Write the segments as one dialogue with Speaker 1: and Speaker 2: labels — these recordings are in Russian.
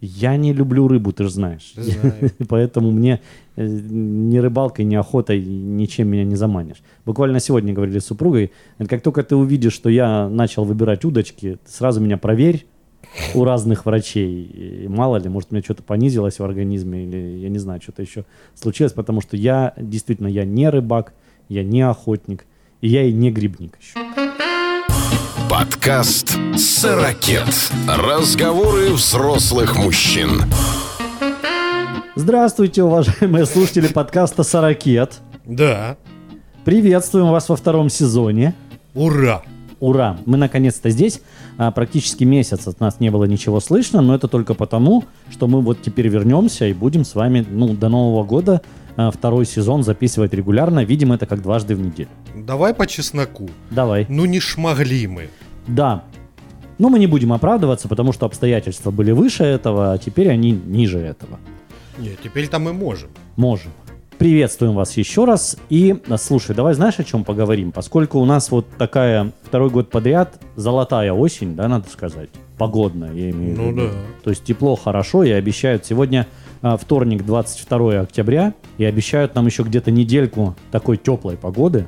Speaker 1: Я не люблю рыбу, ты же знаешь.
Speaker 2: Знаю.
Speaker 1: Поэтому мне э, ни рыбалкой, ни охотой, ничем меня не заманишь. Буквально сегодня говорили с супругой, говорит, как только ты увидишь, что я начал выбирать удочки, ты сразу меня проверь у разных врачей. И мало ли, может, у меня что-то понизилось в организме, или я не знаю, что-то еще случилось, потому что я действительно, я не рыбак, я не охотник, и я и не грибник еще.
Speaker 3: Подкаст «Сорокет». Разговоры взрослых мужчин.
Speaker 1: Здравствуйте, уважаемые слушатели подкаста «Сорокет».
Speaker 2: Да.
Speaker 1: Приветствуем вас во втором сезоне.
Speaker 2: Ура.
Speaker 1: Ура! Мы наконец-то здесь. А, Практически месяц от нас не было ничего слышно, но это только потому, что мы вот теперь вернемся и будем с вами ну, до Нового года а, второй сезон записывать регулярно. Видим это как дважды в неделю.
Speaker 2: Давай по чесноку.
Speaker 1: Давай.
Speaker 2: Ну не шмогли мы.
Speaker 1: Да. Но мы не будем оправдываться, потому что обстоятельства были выше этого, а теперь они ниже этого.
Speaker 2: Нет, теперь там мы можем.
Speaker 1: Можем. Приветствуем вас еще раз. И а, слушай, давай знаешь, о чем поговорим? Поскольку у нас вот такая второй год подряд золотая осень, да, надо сказать. Погодная, я имею в
Speaker 2: Ну
Speaker 1: виду.
Speaker 2: да.
Speaker 1: То есть тепло, хорошо, и обещают сегодня а, вторник, 22 октября, и обещают нам еще где-то недельку такой теплой погоды.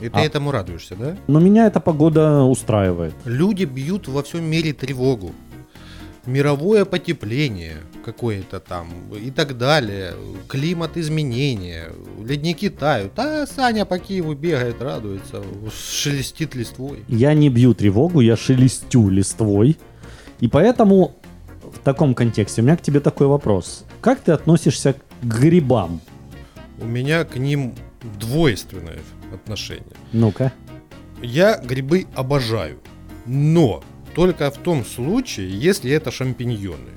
Speaker 2: И ты
Speaker 1: А.
Speaker 2: этому радуешься, да?
Speaker 1: Но меня эта погода устраивает.
Speaker 2: Люди бьют во всем мире тревогу. Мировое потепление какое-то там и так далее. Климат изменения. Ледники тают. А Саня по Киеву бегает, радуется. Шелестит листвой.
Speaker 1: Я не бью тревогу, я шелестю листвой. И поэтому в таком контексте у меня к тебе такой вопрос. Как ты относишься к грибам?
Speaker 2: У меня к ним двойственное отношение.
Speaker 1: Ну-ка.
Speaker 2: Я грибы обожаю, но только в том случае, если это шампиньоны.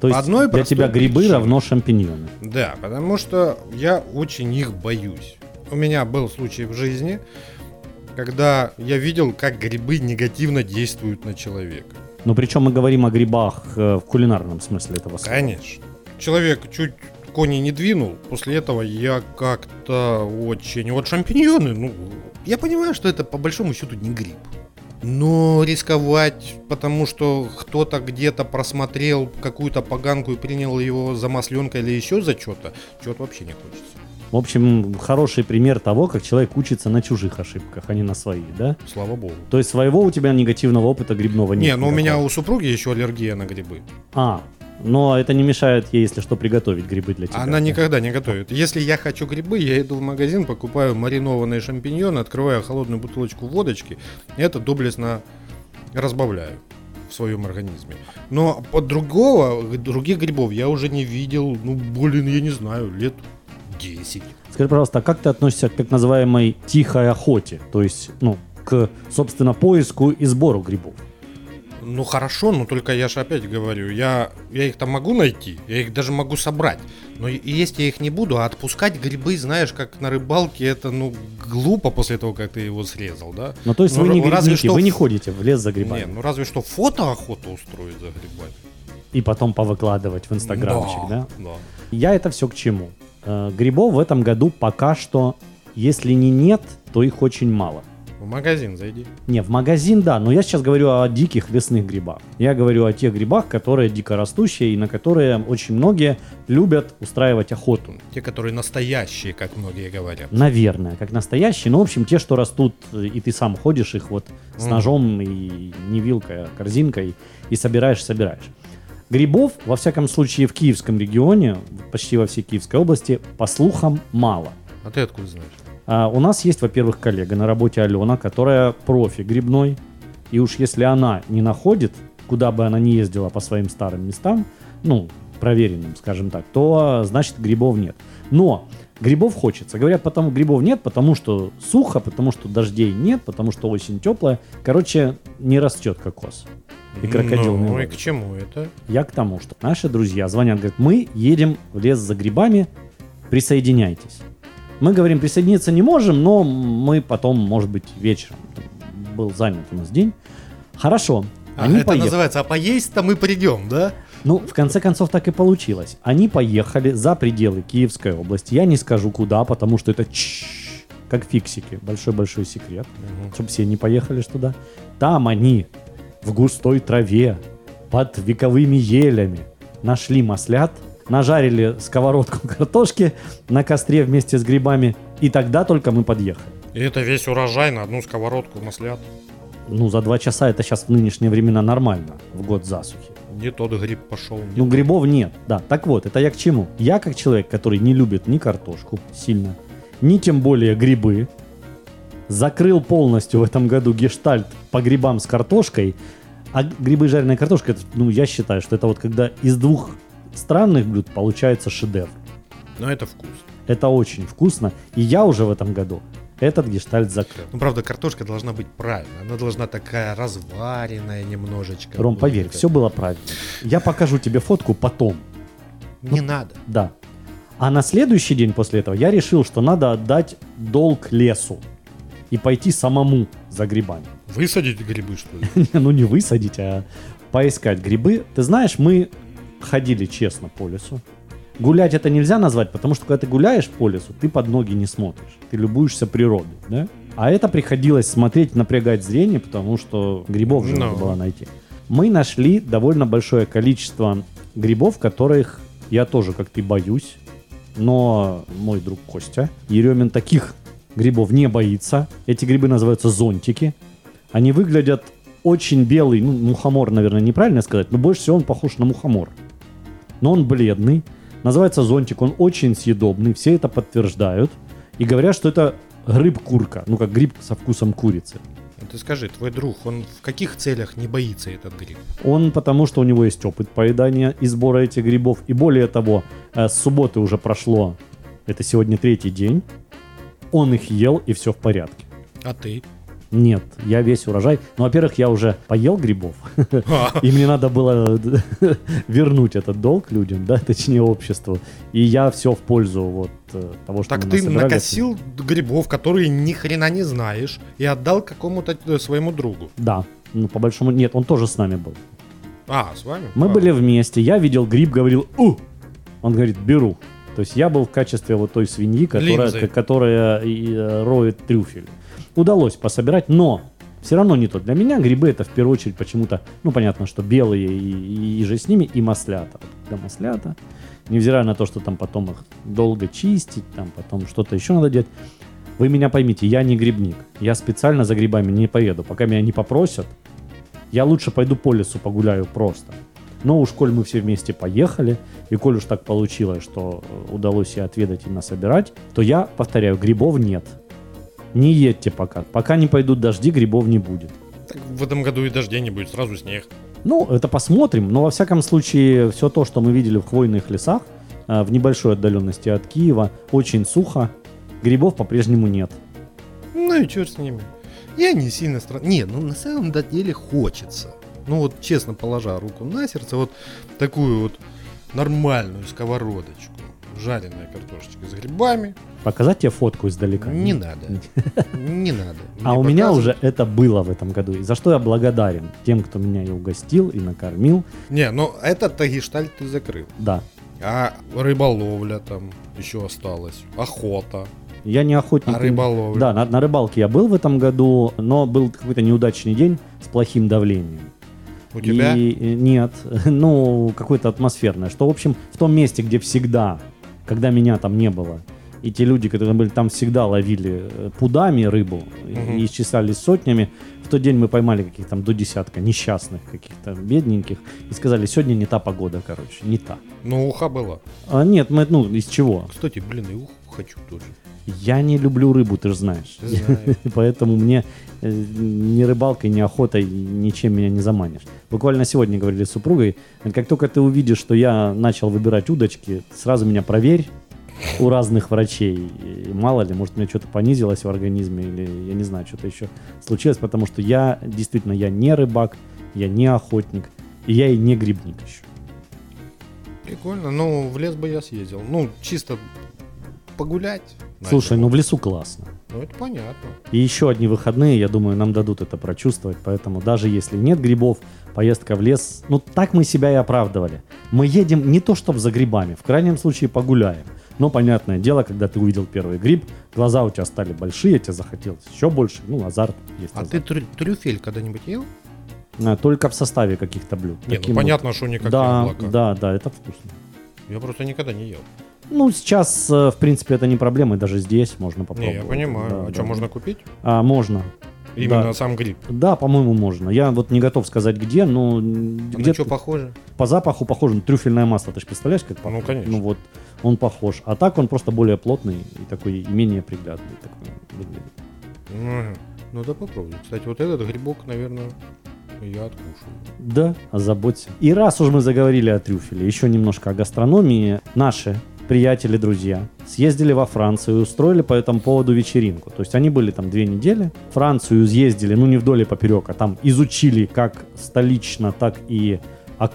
Speaker 1: То есть
Speaker 2: одной
Speaker 1: для
Speaker 2: простой
Speaker 1: тебя грибы
Speaker 2: причине.
Speaker 1: равно шампиньоны.
Speaker 2: Да, потому что я очень их боюсь. У меня был случай в жизни, когда я видел, как грибы негативно действуют на человека.
Speaker 1: Но причем Ну, мы говорим о грибах э, в кулинарном смысле этого слова.
Speaker 2: Конечно. Человек чуть кони не двинул, после этого я как-то очень... Вот шампиньоны, ну, я понимаю, что это по большому счету не гриб. Но рисковать, потому что кто-то где-то просмотрел какую-то поганку и принял его за масленка или еще за что-то, что-то вообще не хочется.
Speaker 1: В общем, хороший пример того, как человек учится на чужих ошибках, а не на своих, да?
Speaker 2: Слава богу.
Speaker 1: То есть своего у тебя негативного опыта грибного нет.
Speaker 2: Не, ну у меня
Speaker 1: никакого?
Speaker 2: у супруги еще аллергия на грибы.
Speaker 1: А, но это не мешает ей, если что, приготовить грибы для тебя.
Speaker 2: Она никогда не готовит. Если я хочу грибы, я иду в магазин, покупаю маринованные шампиньоны, открываю холодную бутылочку водочки, и это доблестно разбавляю в своем организме. Но под другого, других грибов я уже не видел, ну, блин, я не знаю, лет 10.
Speaker 1: Скажи, пожалуйста, а как ты относишься к так называемой тихой охоте? То есть, ну, к, собственно, поиску и сбору грибов.
Speaker 2: Ну хорошо, но только я же опять говорю, я, я их там могу найти, я их даже могу собрать. Но и- и если я их не буду, а отпускать грибы, знаешь, как на рыбалке, это ну глупо после того, как ты его срезал, да?
Speaker 1: Ну, то есть
Speaker 2: Ну,
Speaker 1: вы не
Speaker 2: р- разве
Speaker 1: грибники,
Speaker 2: что
Speaker 1: вы не
Speaker 2: в-
Speaker 1: ходите в лес за
Speaker 2: Не,
Speaker 1: грибами.
Speaker 2: ну разве что фотоохоту устроить за грибами.
Speaker 1: И потом повыкладывать в инстаграмчик, да?
Speaker 2: Да.
Speaker 1: Я это все к чему? Э, Грибов в этом году пока что, если не нет, то их очень мало.
Speaker 2: В магазин зайди.
Speaker 1: Не, в магазин, да, но я сейчас говорю о диких лесных грибах. Я говорю о тех грибах, которые дикорастущие и на которые очень многие любят устраивать охоту.
Speaker 2: Те, которые настоящие, как многие говорят.
Speaker 1: Наверное, как настоящие, но, в общем, те, что растут, э, и ты сам ходишь их вот с
Speaker 2: Мгм.
Speaker 1: ножом и не вилкой, а корзинкой, и собираешь, собираешь. Грибов, во всяком случае, в Киевском регионе, почти во всей Киевской области, по слухам, мало.
Speaker 2: А ты откуда знаешь?
Speaker 1: А, у нас есть, во-первых, коллега на работе Алена, которая профи грибной. И уж если она не находит, куда бы она ни ездила по своим старым местам, ну, проверенным, скажем так, то а, значит грибов нет. Но грибов хочется. Говорят, потому грибов нет, потому что сухо, потому что дождей нет, потому что осень теплая. Короче, не растет кокос. И крокодил не
Speaker 2: Ну, и
Speaker 1: ловит.
Speaker 2: к чему это?
Speaker 1: Я к тому, что наши друзья звонят, говорят, мы едем в лес за грибами, присоединяйтесь. Мы говорим, присоединиться не можем, но мы потом, может быть, вечером. Был занят у нас день. Хорошо,
Speaker 2: А,
Speaker 1: они
Speaker 2: это
Speaker 1: поехали.
Speaker 2: называется, а поесть-то мы придем, да?
Speaker 1: Ну, в конце концов, так и получилось. Они поехали за пределы Киевской области. Я не скажу куда, потому что это чш, как фиксики. Большой-большой секрет чтобы все не поехали ж туда. Там они в густой траве под вековыми елями. Нашли маслят, нажарили сковородку картошки на костре вместе с грибами, и тогда только мы подъехали.
Speaker 2: И это весь урожай на одну сковородку маслят.
Speaker 1: Ну, за два часа это сейчас в нынешние времена нормально, в год засухи.
Speaker 2: Не тот гриб пошел. не
Speaker 1: Ну,
Speaker 2: тот.
Speaker 1: грибов нет, да. Так вот, это я к чему? Я как человек, который не любит ни картошку сильно, ни тем более грибы, закрыл полностью в этом году гештальт по грибам с картошкой, а грибы и жареная картошка, это, ну, я считаю, что это вот когда из двух странных блюд получается шедевр.
Speaker 2: Но это вкус.
Speaker 1: Это очень вкусно, и я уже в этом году этот гештальт закрыл.
Speaker 2: Ну, правда, картошка должна быть правильная. Она должна такая разваренная немножечко.
Speaker 1: Ром,
Speaker 2: быть.
Speaker 1: поверь, все было правильно. Я покажу тебе фотку потом.
Speaker 2: Не надо.
Speaker 1: Да. А на следующий день после этого я решил, что надо отдать долг лесу и пойти самому за грибами.
Speaker 2: Высадить грибы, что ли?
Speaker 1: Не, ну не высадить, а поискать грибы. Ты знаешь, мы ходили честно по лесу. Гулять это нельзя назвать, потому что когда ты гуляешь по лесу, ты под ноги не смотришь. Ты любуешься природой, да? А это приходилось смотреть, напрягать зрение, потому что грибов же
Speaker 2: Ну.
Speaker 1: надо было найти. Мы нашли довольно большое количество грибов, которых я тоже, как ты, боюсь. Но мой друг Костя Еремин таких грибов не боится. Эти грибы называются зонтики. Они выглядят очень белый, ну, мухомор, наверное, неправильно сказать, но больше всего он похож на мухомор. Но он бледный, называется зонтик, он очень съедобный, все это подтверждают. И говорят, что это гриб-курка, ну, как гриб со вкусом курицы.
Speaker 2: Ну, Ты скажи, твой друг, он в каких целях не боится этот гриб?
Speaker 1: Он потому, что у него есть опыт поедания и сбора этих грибов. И более того, э, с субботы уже прошло, это сегодня третий день, он их ел, и все в порядке.
Speaker 2: А ты?
Speaker 1: Нет, я весь урожай. Ну, во-первых, я уже поел грибов.
Speaker 2: А,
Speaker 1: И мне надо было э, вернуть этот долг людям, да, точнее обществу. И я все в пользу вот э, того, что
Speaker 2: Так
Speaker 1: мы
Speaker 2: ты
Speaker 1: насобирали.
Speaker 2: накосил грибов, которые ни хрена не знаешь, и отдал какому-то э, своему другу.
Speaker 1: Да. Ну, по большому... Нет, он тоже с нами был.
Speaker 2: А, с вами?
Speaker 1: Мы
Speaker 2: А.
Speaker 1: были вместе, я видел гриб, говорил «У!» Он говорит «Беру». То есть я был в качестве вот той свиньи, которая,
Speaker 2: Линзы.
Speaker 1: к- которая и, э, роет трюфель. Удалось пособирать, но все равно не то. Для меня грибы это в первую очередь почему-то, ну понятно, что белые и, и, же с ними, и маслята. Вот когда маслята, невзирая на то, что там потом их долго чистить, там потом что-то еще надо делать. Вы меня поймите, я не грибник. Я специально за грибами не поеду. Пока меня не попросят, я лучше пойду по лесу погуляю просто. Но уж коль мы все вместе поехали, и коль уж так получилось, что э, удалось и отведать, и насобирать, то я, повторяю, грибов нет. Не едьте пока. Пока не пойдут дожди, грибов не будет.
Speaker 2: Так в этом году и дождей не будет, сразу снег.
Speaker 1: Ну, это посмотрим, но во всяком случае, все то, что мы видели в хвойных лесах, э, в небольшой отдаленности от Киева, очень сухо, грибов по-прежнему нет.
Speaker 2: Ну и черт с ними. Я не сильно стран... Не, ну на самом деле хочется. Ну вот честно положа руку на сердце, вот такую вот нормальную сковородочку, жареная картошечка с грибами,
Speaker 1: Показать тебе фотку издалека?
Speaker 2: не надо. Не надо.
Speaker 1: А
Speaker 2: Мне
Speaker 1: у меня
Speaker 2: показывают.
Speaker 1: уже это было в этом году, и за что я благодарен тем, кто меня и угостил, и накормил.
Speaker 2: Не, ну этот гештальт ты закрыл.
Speaker 1: Да,
Speaker 2: А рыболовля там еще осталась. Охота.
Speaker 1: я не охотник.
Speaker 2: А рыболовля.
Speaker 1: Да, на, на рыбалке я был в этом году, но был какой-то неудачный день с плохим давлением.
Speaker 2: У тебя?
Speaker 1: И, э, нет, ну, какое-то атмосферное. Что, в общем, в том месте, где всегда, когда меня там не было, и те люди, которые были там, всегда ловили э, пудами рыбу и-
Speaker 2: Мгм.
Speaker 1: и исчислялись сотнями. В тот день мы поймали каких-то там до десятка несчастных каких-то бедненьких и сказали, сегодня не та погода, короче, не та.
Speaker 2: Ну, уха была.
Speaker 1: А, нет, мы, ну, из чего?
Speaker 2: Кстати, блин, и уху хочу тоже.
Speaker 1: Я не люблю рыбу, ты же знаешь.
Speaker 2: Знаю.
Speaker 1: И Поэтому мне э, ни рыбалкой, ни охотой ничем меня не заманишь. Буквально сегодня говорили с супругой, говорит, как только ты увидишь, что я начал выбирать удочки, сразу меня проверь у разных врачей. И мало ли, может, у меня что-то понизилось в организме или, я не знаю, что-то еще случилось, потому что я, действительно, я не рыбак, я не охотник, и я и не грибник еще.
Speaker 2: Прикольно. Ну, в лес бы я съездил. Ну, чисто погулять.
Speaker 1: Слушай, ну в лесу классно.
Speaker 2: Ну, это понятно.
Speaker 1: И еще одни выходные, я думаю, нам дадут это прочувствовать. Поэтому даже если нет грибов, поездка в лес... Ну, так мы себя и оправдывали. Мы едем не то чтобы за грибами, в крайнем случае погуляем. Но, понятное дело, когда ты увидел первый гриб, глаза у тебя стали большие, тебе захотелось еще больше. Ну, азарт есть.
Speaker 2: А
Speaker 1: азарт.
Speaker 2: ты трю- трюфель когда-нибудь ел?
Speaker 1: а, только в составе каких-то блюд.
Speaker 2: Не,
Speaker 1: Таким
Speaker 2: ну понятно, что никак
Speaker 1: да,
Speaker 2: не облака.
Speaker 1: да, да, это вкусно.
Speaker 2: Я просто никогда не ел.
Speaker 1: Ну, сейчас, э, в принципе, это не проблема, и даже здесь можно попробовать.
Speaker 2: Не, я понимаю.
Speaker 1: Да,
Speaker 2: а
Speaker 1: да.
Speaker 2: что, можно купить?
Speaker 1: А, можно.
Speaker 2: Именно
Speaker 1: Да.
Speaker 2: сам гриб. А
Speaker 1: Да, по-моему, можно. Я вот не готов сказать где, но
Speaker 2: Где
Speaker 1: где
Speaker 2: что, похоже?
Speaker 1: по запаху похоже на трюфельное масло. Ты же представляешь, как пахнет?
Speaker 2: Ну, конечно.
Speaker 1: Ну вот, он похож. А так он просто более плотный и такой и менее приглядный. такой выглядит.
Speaker 2: Мгм. Ну да попробуй. Кстати, вот этот грибок, наверное, я откушаю.
Speaker 1: Да, озаботься. И раз уж мы заговорили о трюфеле, еще немножко о гастрономии. Наши приятели, друзья, съездили во Францию и устроили по этому поводу вечеринку. То есть они были там две недели. Францию съездили, ну не вдоль и поперек, а там изучили как столично, так и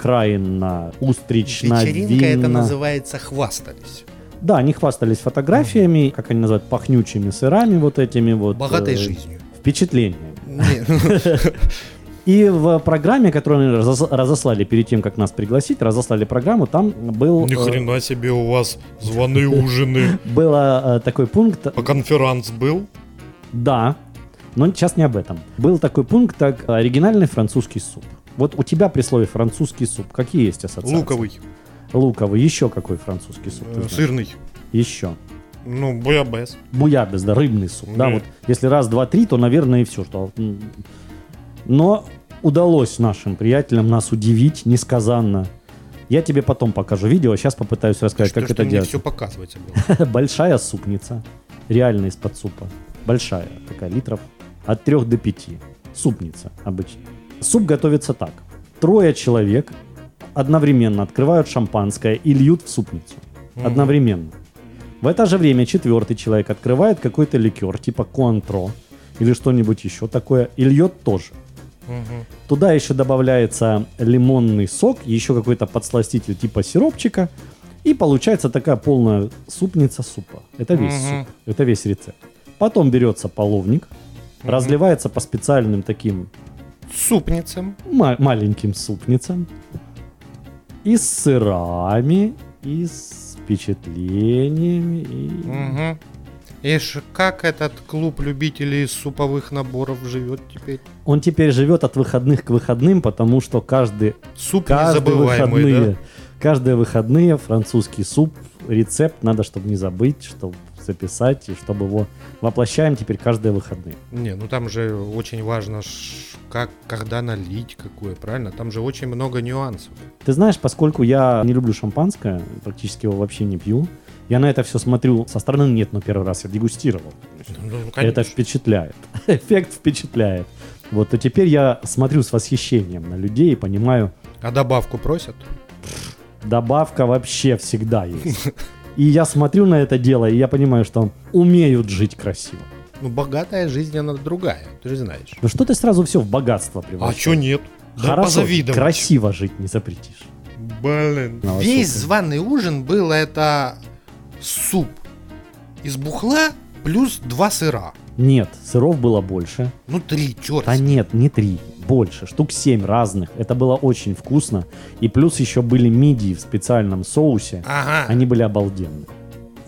Speaker 1: окраинно, устрично,
Speaker 2: Вечеринка это
Speaker 1: винно.
Speaker 2: называется хвастались.
Speaker 1: Да, они хвастались фотографиями, как они называют, пахнючими сырами вот этими вот.
Speaker 2: Богатой
Speaker 1: э,
Speaker 2: жизнью.
Speaker 1: Впечатлениями.
Speaker 2: Не,
Speaker 1: И в программе, которую они разос- разослали перед тем, как нас пригласить, разослали программу, там был,
Speaker 2: Ни
Speaker 1: э,
Speaker 2: хрена себе у вас званые ужины.
Speaker 1: было э, такой пункт,
Speaker 2: А конферанс был?
Speaker 1: да, но сейчас не об этом. Был такой пункт, как оригинальный французский суп. Вот у тебя при слове французский суп какие есть ассоциации?
Speaker 2: Луковый,
Speaker 1: Луковый. Еще какой французский суп? ты
Speaker 2: э,
Speaker 1: знаешь?
Speaker 2: сырный.
Speaker 1: Еще.
Speaker 2: Ну, буябес.
Speaker 1: буябес, да, рыбный суп. Да,
Speaker 2: Мгм.
Speaker 1: вот если раз, два, три, то, наверное, и все, что. м. Но удалось нашим приятелям нас удивить несказанно. Я тебе потом покажу видео, сейчас попытаюсь рассказать,
Speaker 2: Что
Speaker 1: как
Speaker 2: ж ты
Speaker 1: это
Speaker 2: мне
Speaker 1: делать.
Speaker 2: все показывается было?
Speaker 1: Большая супница, реально из-под супа. Большая, такая, литров от 3 до 5. Супница обычно. Суп готовится так. Трое человек одновременно открывают шампанское и льют в супницу.
Speaker 2: Мгм.
Speaker 1: Одновременно. В это же время четвертый человек открывает какой-то ликер, типа Куантро или что-нибудь еще такое, и льет тоже.
Speaker 2: Мгм.
Speaker 1: Туда еще добавляется лимонный сок, еще какой-то подсластитель типа сиропчика. И получается такая полная супница супа. Это весь
Speaker 2: Мгм.
Speaker 1: суп, это весь рецепт. Потом берется половник, разливается по специальным таким
Speaker 2: Супницам.
Speaker 1: ма- маленьким супницам. И с сырами, и с впечатлениями. и-
Speaker 2: Мгм. Ишь, как этот клуб любителей суповых наборов живет теперь?
Speaker 1: Он теперь живет от выходных к выходным, потому что каждый
Speaker 2: Суп
Speaker 1: Каждые выходные.
Speaker 2: незабываемый, да?
Speaker 1: Каждые выходные французский суп, рецепт надо, чтобы не забыть, чтобы записать, и чтобы его воплощаем теперь каждые выходные.
Speaker 2: Не, ну там же очень важно, ш- как, когда налить, какое, правильно? Там же очень много нюансов.
Speaker 1: Ты знаешь, поскольку я не люблю шампанское, практически его вообще не пью, я на это все смотрю со стороны, нет, но первый раз я дегустировал.
Speaker 2: Ну,
Speaker 1: Это впечатляет. Эффект впечатляет. Вот, и теперь я смотрю с восхищением на людей и понимаю,
Speaker 2: А добавку просят?
Speaker 1: добавка вообще всегда есть. И я смотрю на это дело, и я понимаю, что умеют жить красиво.
Speaker 2: Ну, богатая жизнь, она другая, ты же знаешь.
Speaker 1: Ну что ты сразу все в богатство
Speaker 2: А
Speaker 1: превращаешь?
Speaker 2: чё нет? Да
Speaker 1: Хорошо,
Speaker 2: позавидовать.
Speaker 1: красиво жить не запретишь.
Speaker 2: Блин.
Speaker 1: На вас
Speaker 2: Весь
Speaker 1: супер.
Speaker 2: званый ужин был это суп из бухла плюс два сыра.
Speaker 1: Нет, сыров было больше.
Speaker 2: Ну, три, черт.
Speaker 1: Да нет, не три, больше, штук семь разных. Это было очень вкусно. И плюс еще были мидии в специальном соусе.
Speaker 2: Ага.
Speaker 1: Они были обалденны.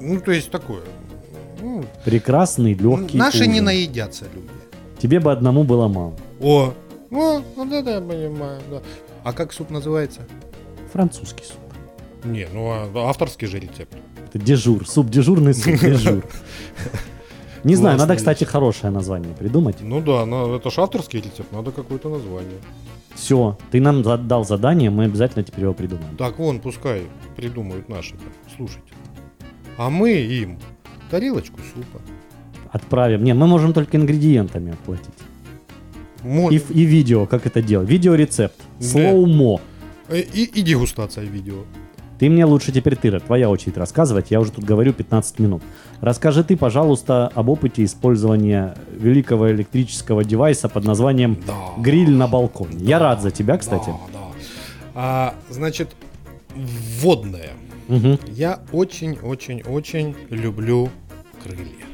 Speaker 2: Ну, то есть такое. Ну,
Speaker 1: Прекрасный, легкий
Speaker 2: Наши не
Speaker 1: ужин.
Speaker 2: наедятся люди.
Speaker 1: Тебе бы одному было мало.
Speaker 2: О, ну, ну да, да, я понимаю, да. А как суп называется?
Speaker 1: Французский суп.
Speaker 2: Не, ну а- авторский же рецепт.
Speaker 1: Это дежур, суп дежурный суп, дежур. Не знаю,
Speaker 2: Классная
Speaker 1: надо,
Speaker 2: вещь.
Speaker 1: кстати, хорошее название придумать.
Speaker 2: Ну да, но это же авторский рецепт, надо какое-то название.
Speaker 1: Все, ты нам за- дал задание, мы обязательно теперь его придумаем.
Speaker 2: Так вон, пускай придумают наши, там, слушайте. А мы им тарелочку супа.
Speaker 1: Отправим. Не, мы можем только ингредиентами оплатить.
Speaker 2: Мон-
Speaker 1: И, ф- и видео, как это делать. Видеорецепт.
Speaker 2: Да.
Speaker 1: Слоумо.
Speaker 2: э, И, и дегустация видео.
Speaker 1: Ты мне лучше теперь, Тыра, твоя очередь рассказывать. Я уже тут говорю 15 минут. Расскажи ты, пожалуйста, об опыте использования великого электрического девайса под названием
Speaker 2: Да.
Speaker 1: гриль на балконе. Я рад за тебя, кстати.
Speaker 2: Да, да. А, значит, вводное.
Speaker 1: Мгм.
Speaker 2: Я очень-очень-очень люблю крылья.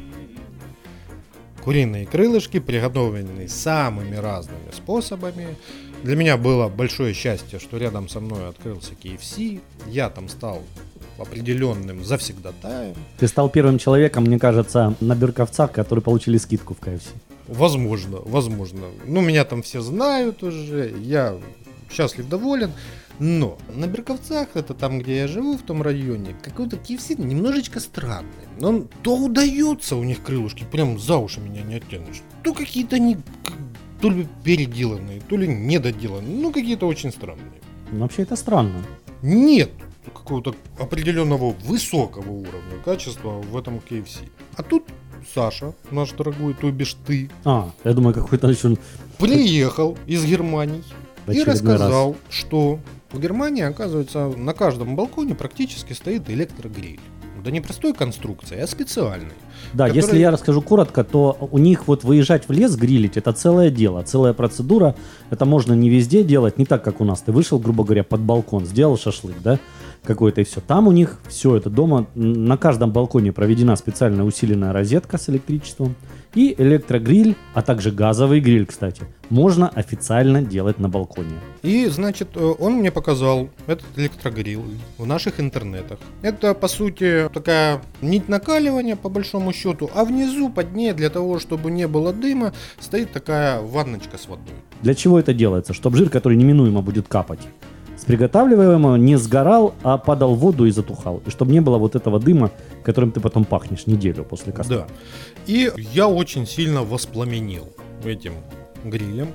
Speaker 2: Куриные крылышки, приготовленные самыми разными способами. Для меня было большое счастье, что рядом со мной открылся KFC. Я там стал определенным завсегдатаем.
Speaker 1: Ты стал первым человеком, мне кажется, на берковцах, которые получили скидку в KFC.
Speaker 2: Возможно, возможно. Ну, меня там все знают уже, я счастлив, доволен. Но на Берковцах, это там, где я живу, в том районе, какой-то KFC немножечко странный. Но он то удается у них крылышки, прям за уши меня не оттянешь. То какие-то они к- то ли переделанные, то ли недоделанные. Ну, какие-то очень странные.
Speaker 1: Ну, вообще это странно.
Speaker 2: Нет какого-то определенного высокого уровня качества в этом KFC. А тут Саша, наш дорогой, то бишь ты,
Speaker 1: А, я думаю, какой-то еще...
Speaker 2: приехал из Германии
Speaker 1: В
Speaker 2: и
Speaker 1: очередной
Speaker 2: рассказал, что в Германии, оказывается, на каждом балконе практически стоит электрогриль. Да не простой конструкции, а специальный.
Speaker 1: Да,
Speaker 2: который-
Speaker 1: если я расскажу коротко, то у них вот выезжать в лес грилить, это целое дело, целая процедура. Это можно не везде делать, не так, как у нас. Ты вышел, грубо говоря, под балкон, сделал шашлык, да, какой-то и все. Там у них все это дома. м, На каждом балконе проведена специальная усиленная розетка с электричеством. И электрогриль, а также газовый гриль, кстати, можно официально делать на балконе.
Speaker 2: И, значит, э, он мне показал этот электрогриль в наших интернетах. Это, по сути, такая нить накаливания, по большому счету, а внизу, под ней, для того, чтобы не было дыма, стоит такая ванночка с водой.
Speaker 1: Для чего это делается? Чтобы жир, который неминуемо будет капать с приготавливаемого, не сгорал, а падал в воду и затухал. И чтобы не было вот этого дыма, которым ты потом пахнешь неделю после костра.
Speaker 2: Да. И я очень сильно воспламенил этим грилем.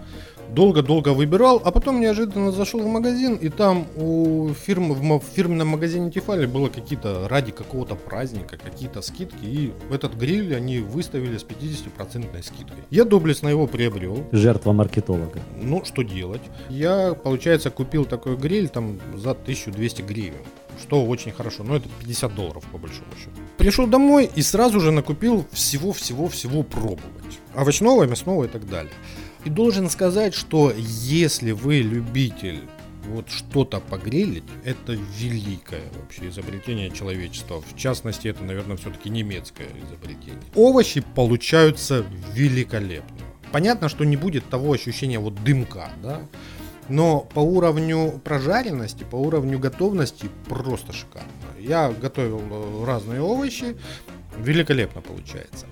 Speaker 2: Долго-долго выбирал, а потом неожиданно зашел в магазин, и там у фирмы в, ма- в фирменном магазине Тефали было какие-то ради какого-то праздника, какие-то скидки, и этот гриль они выставили с 50% скидкой. Я доблестно его приобрел,
Speaker 1: Жертва маркетолога.
Speaker 2: ну, что делать? Я, получается, купил такой гриль там за 1200 гривен. Что очень хорошо. Но это 50 долларов, по большому счету. Пришел домой и сразу же накупил всего-всего-всего пробовать. Овощного, мясного и так далее. И должен сказать, что если вы любитель вот что-то погрелить, это великое вообще изобретение человечества. В частности, это, наверное, все-таки немецкое изобретение. Овощи получаются великолепно. Понятно, что не будет того ощущения вот дымка, да? Но по уровню прожаренности, по уровню готовности просто шикарно. Я готовил э, разные овощи, великолепно получается.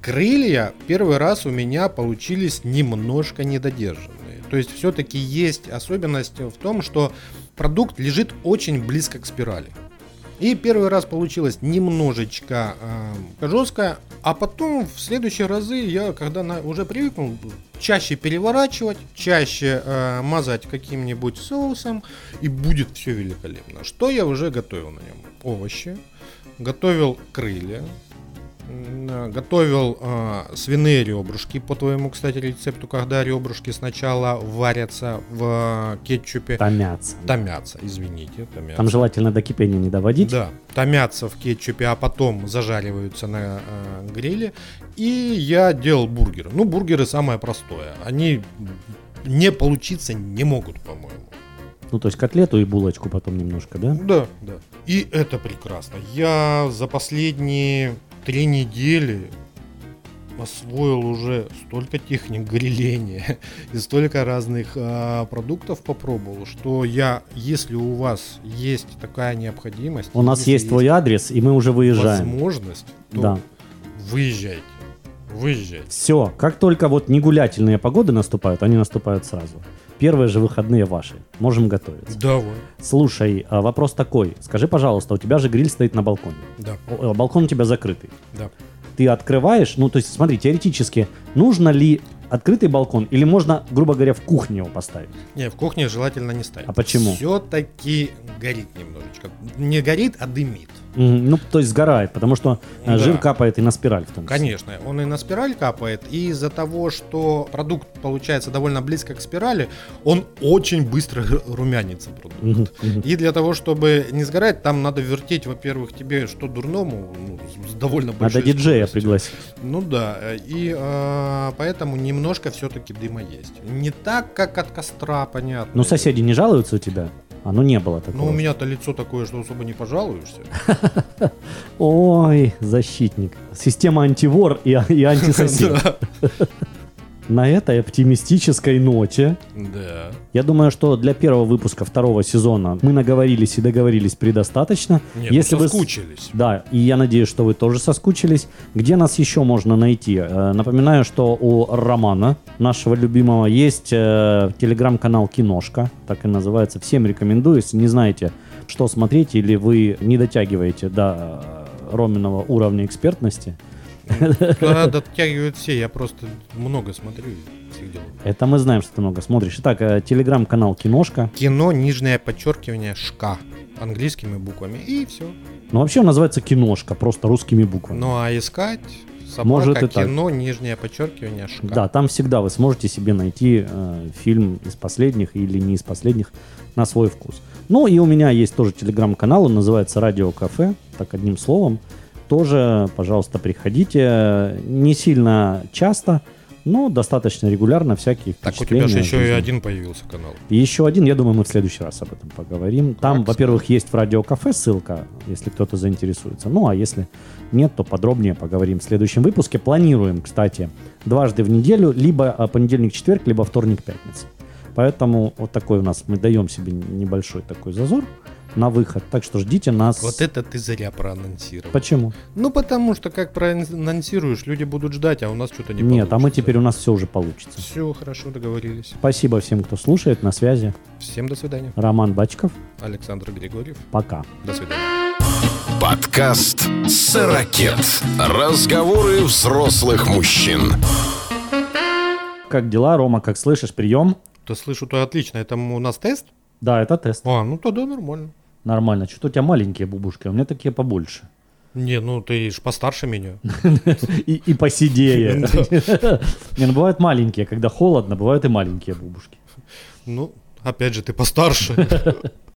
Speaker 2: Крылья первый раз у меня получились немножко недодержанные. То есть все-таки есть особенность в том, что продукт лежит очень близко к спирали. И первый раз получилось немножечко эм, жестко, а потом в следующие разы я, когда на- уже привыкнул, чаще переворачивать, чаще э, мазать каким-нибудь соусом, и будет все великолепно. Что я уже готовил на нем? Овощи, готовил крылья, М, э, готовил э, свиные ребрышки по твоему, кстати, рецепту, когда ребрышки сначала варятся в э, кетчупе,
Speaker 1: Томятся.
Speaker 2: томятся, извините, томятся.
Speaker 1: Там желательно до кипения не доводить.
Speaker 2: Да, томятся в кетчупе, а потом зажариваются на э, гриле. И я делал бургеры. Ну, бургеры самое простое. Они не получиться не могут, по-моему.
Speaker 1: Ну, то есть котлету и булочку потом немножко, да?
Speaker 2: Да, да. И это прекрасно. Я за последние три недели освоил уже столько техник гриления и столько разных а, продуктов попробовал, что я, если у вас есть такая необходимость,
Speaker 1: У нас
Speaker 2: если
Speaker 1: есть твой адрес, и мы уже выезжаем.
Speaker 2: возможность, то
Speaker 1: Да.
Speaker 2: выезжайте. Выезжайте.
Speaker 1: Все, как только вот негулятельные погоды наступают, они наступают сразу. Первые же выходные ваши. Можем готовиться.
Speaker 2: Давай.
Speaker 1: Слушай, а вопрос такой. Скажи, пожалуйста, у тебя же гриль стоит на балконе.
Speaker 2: Да,
Speaker 1: О, э, Балкон у тебя закрытый.
Speaker 2: да.
Speaker 1: Ты открываешь, ну, то есть, смотри, теоретически, нужно ли открытый балкон или можно, грубо говоря, в кухне его поставить?
Speaker 2: Не, в кухне желательно не ставить.
Speaker 1: А почему?
Speaker 2: Все-таки горит немножечко. Не горит, а дымит.
Speaker 1: Мгм, Ну, то есть, сгорает, потому что э,
Speaker 2: Ну Да.
Speaker 1: жир капает и на спираль в том числе.
Speaker 2: Конечно, он и на спираль капает, и из-за того, что продукт получается довольно близко к спирали, он очень быстро румянится продукт.
Speaker 1: Мгм, мгм.
Speaker 2: И для того, чтобы не сгорать, там надо вертеть, во-первых, тебе что дурному, ну, с- с довольно большой
Speaker 1: Надо диджея
Speaker 2: скоростью.
Speaker 1: пригласить.
Speaker 2: Ну да, э, и э, поэтому немножко все-таки дыма есть. Не так, как от костра, понятно.
Speaker 1: Ну, соседи не жалуются у тебя? А, ну, не было такого.
Speaker 2: Ну, у меня-то лицо такое, что особо не пожалуешься.
Speaker 1: Ой, защитник. Система антивор и, и антисосед.
Speaker 2: Да.
Speaker 1: на этой оптимистической ноте
Speaker 2: Да.
Speaker 1: я думаю, что для первого выпуска второго сезона мы наговорились и договорились предостаточно.
Speaker 2: Нет,
Speaker 1: Если
Speaker 2: Если
Speaker 1: вы с-
Speaker 2: соскучились.
Speaker 1: Да, и я надеюсь, что вы тоже соскучились. Где нас еще можно найти? Э, Напоминаю, что у Романа, нашего любимого, есть э, телеграм-канал «Киношка», так и называется. Всем рекомендую, если не знаете, что смотреть, или вы не дотягиваете до э, Роминого уровня экспертности,
Speaker 2: Да, дотягивают все, я просто много смотрю и всех делаю.
Speaker 1: это мы знаем, что ты много смотришь. Итак, э, телеграм-канал «Киношка».
Speaker 2: Кино, нижнее подчеркивание, шка. Английскими буквами. И все.
Speaker 1: Ну, вообще он называется «Киношка», просто русскими буквами.
Speaker 2: Ну а искать собака,
Speaker 1: Может и так.
Speaker 2: кино, нижнее подчеркивание, шка.
Speaker 1: Да, там всегда вы сможете себе найти э, фильм из последних или не из последних на свой вкус. Ну и у меня есть тоже телеграм-канал, он называется Радио Кафе, так одним словом. Тоже, пожалуйста, приходите. Не сильно часто, но достаточно регулярно всякие
Speaker 2: Так у
Speaker 1: впечатления
Speaker 2: тебя же
Speaker 1: от
Speaker 2: еще и
Speaker 1: жизни.
Speaker 2: один появился канал.
Speaker 1: И еще один, я думаю, мы в следующий раз об этом поговорим. Там,
Speaker 2: Как
Speaker 1: во-первых, есть в радиокафе ссылка, если кто-то заинтересуется. Ну, а если нет, то подробнее поговорим в следующем выпуске. Планируем, кстати, дважды в неделю, либо а, понедельник-четверг, либо вторник-пятница. Поэтому вот такой у нас, мы даем себе небольшой такой зазор на выход. Так что ждите нас.
Speaker 2: Вот это ты зря проанонсировал.
Speaker 1: Почему?
Speaker 2: Ну потому что как проанонсируешь, люди будут ждать, а у нас что-то не
Speaker 1: нет, а мы теперь у нас все уже получится.
Speaker 2: Все, хорошо, договорились.
Speaker 1: Спасибо всем, кто слушает. На связи
Speaker 2: Всем до свидания.
Speaker 1: Роман Бачков.
Speaker 2: Александр Григорьев.
Speaker 1: Пока.
Speaker 2: До свидания.
Speaker 3: Подкаст «Сорокет». Разговоры взрослых мужчин.
Speaker 1: Как дела, Рома? Как слышишь? Прием?
Speaker 2: Да слышу, то отлично. Это у нас тест?
Speaker 1: Да, это тест.
Speaker 2: А, ну тогда нормально.
Speaker 1: Нормально. Что-то у тебя маленькие бубушки, а у меня такие побольше.
Speaker 2: Не, ну ты ж постарше меня.
Speaker 1: И, и посидее. Не, ну бывают маленькие, когда холодно, бывают и маленькие бубушки.
Speaker 2: Ну, опять же, ты постарше.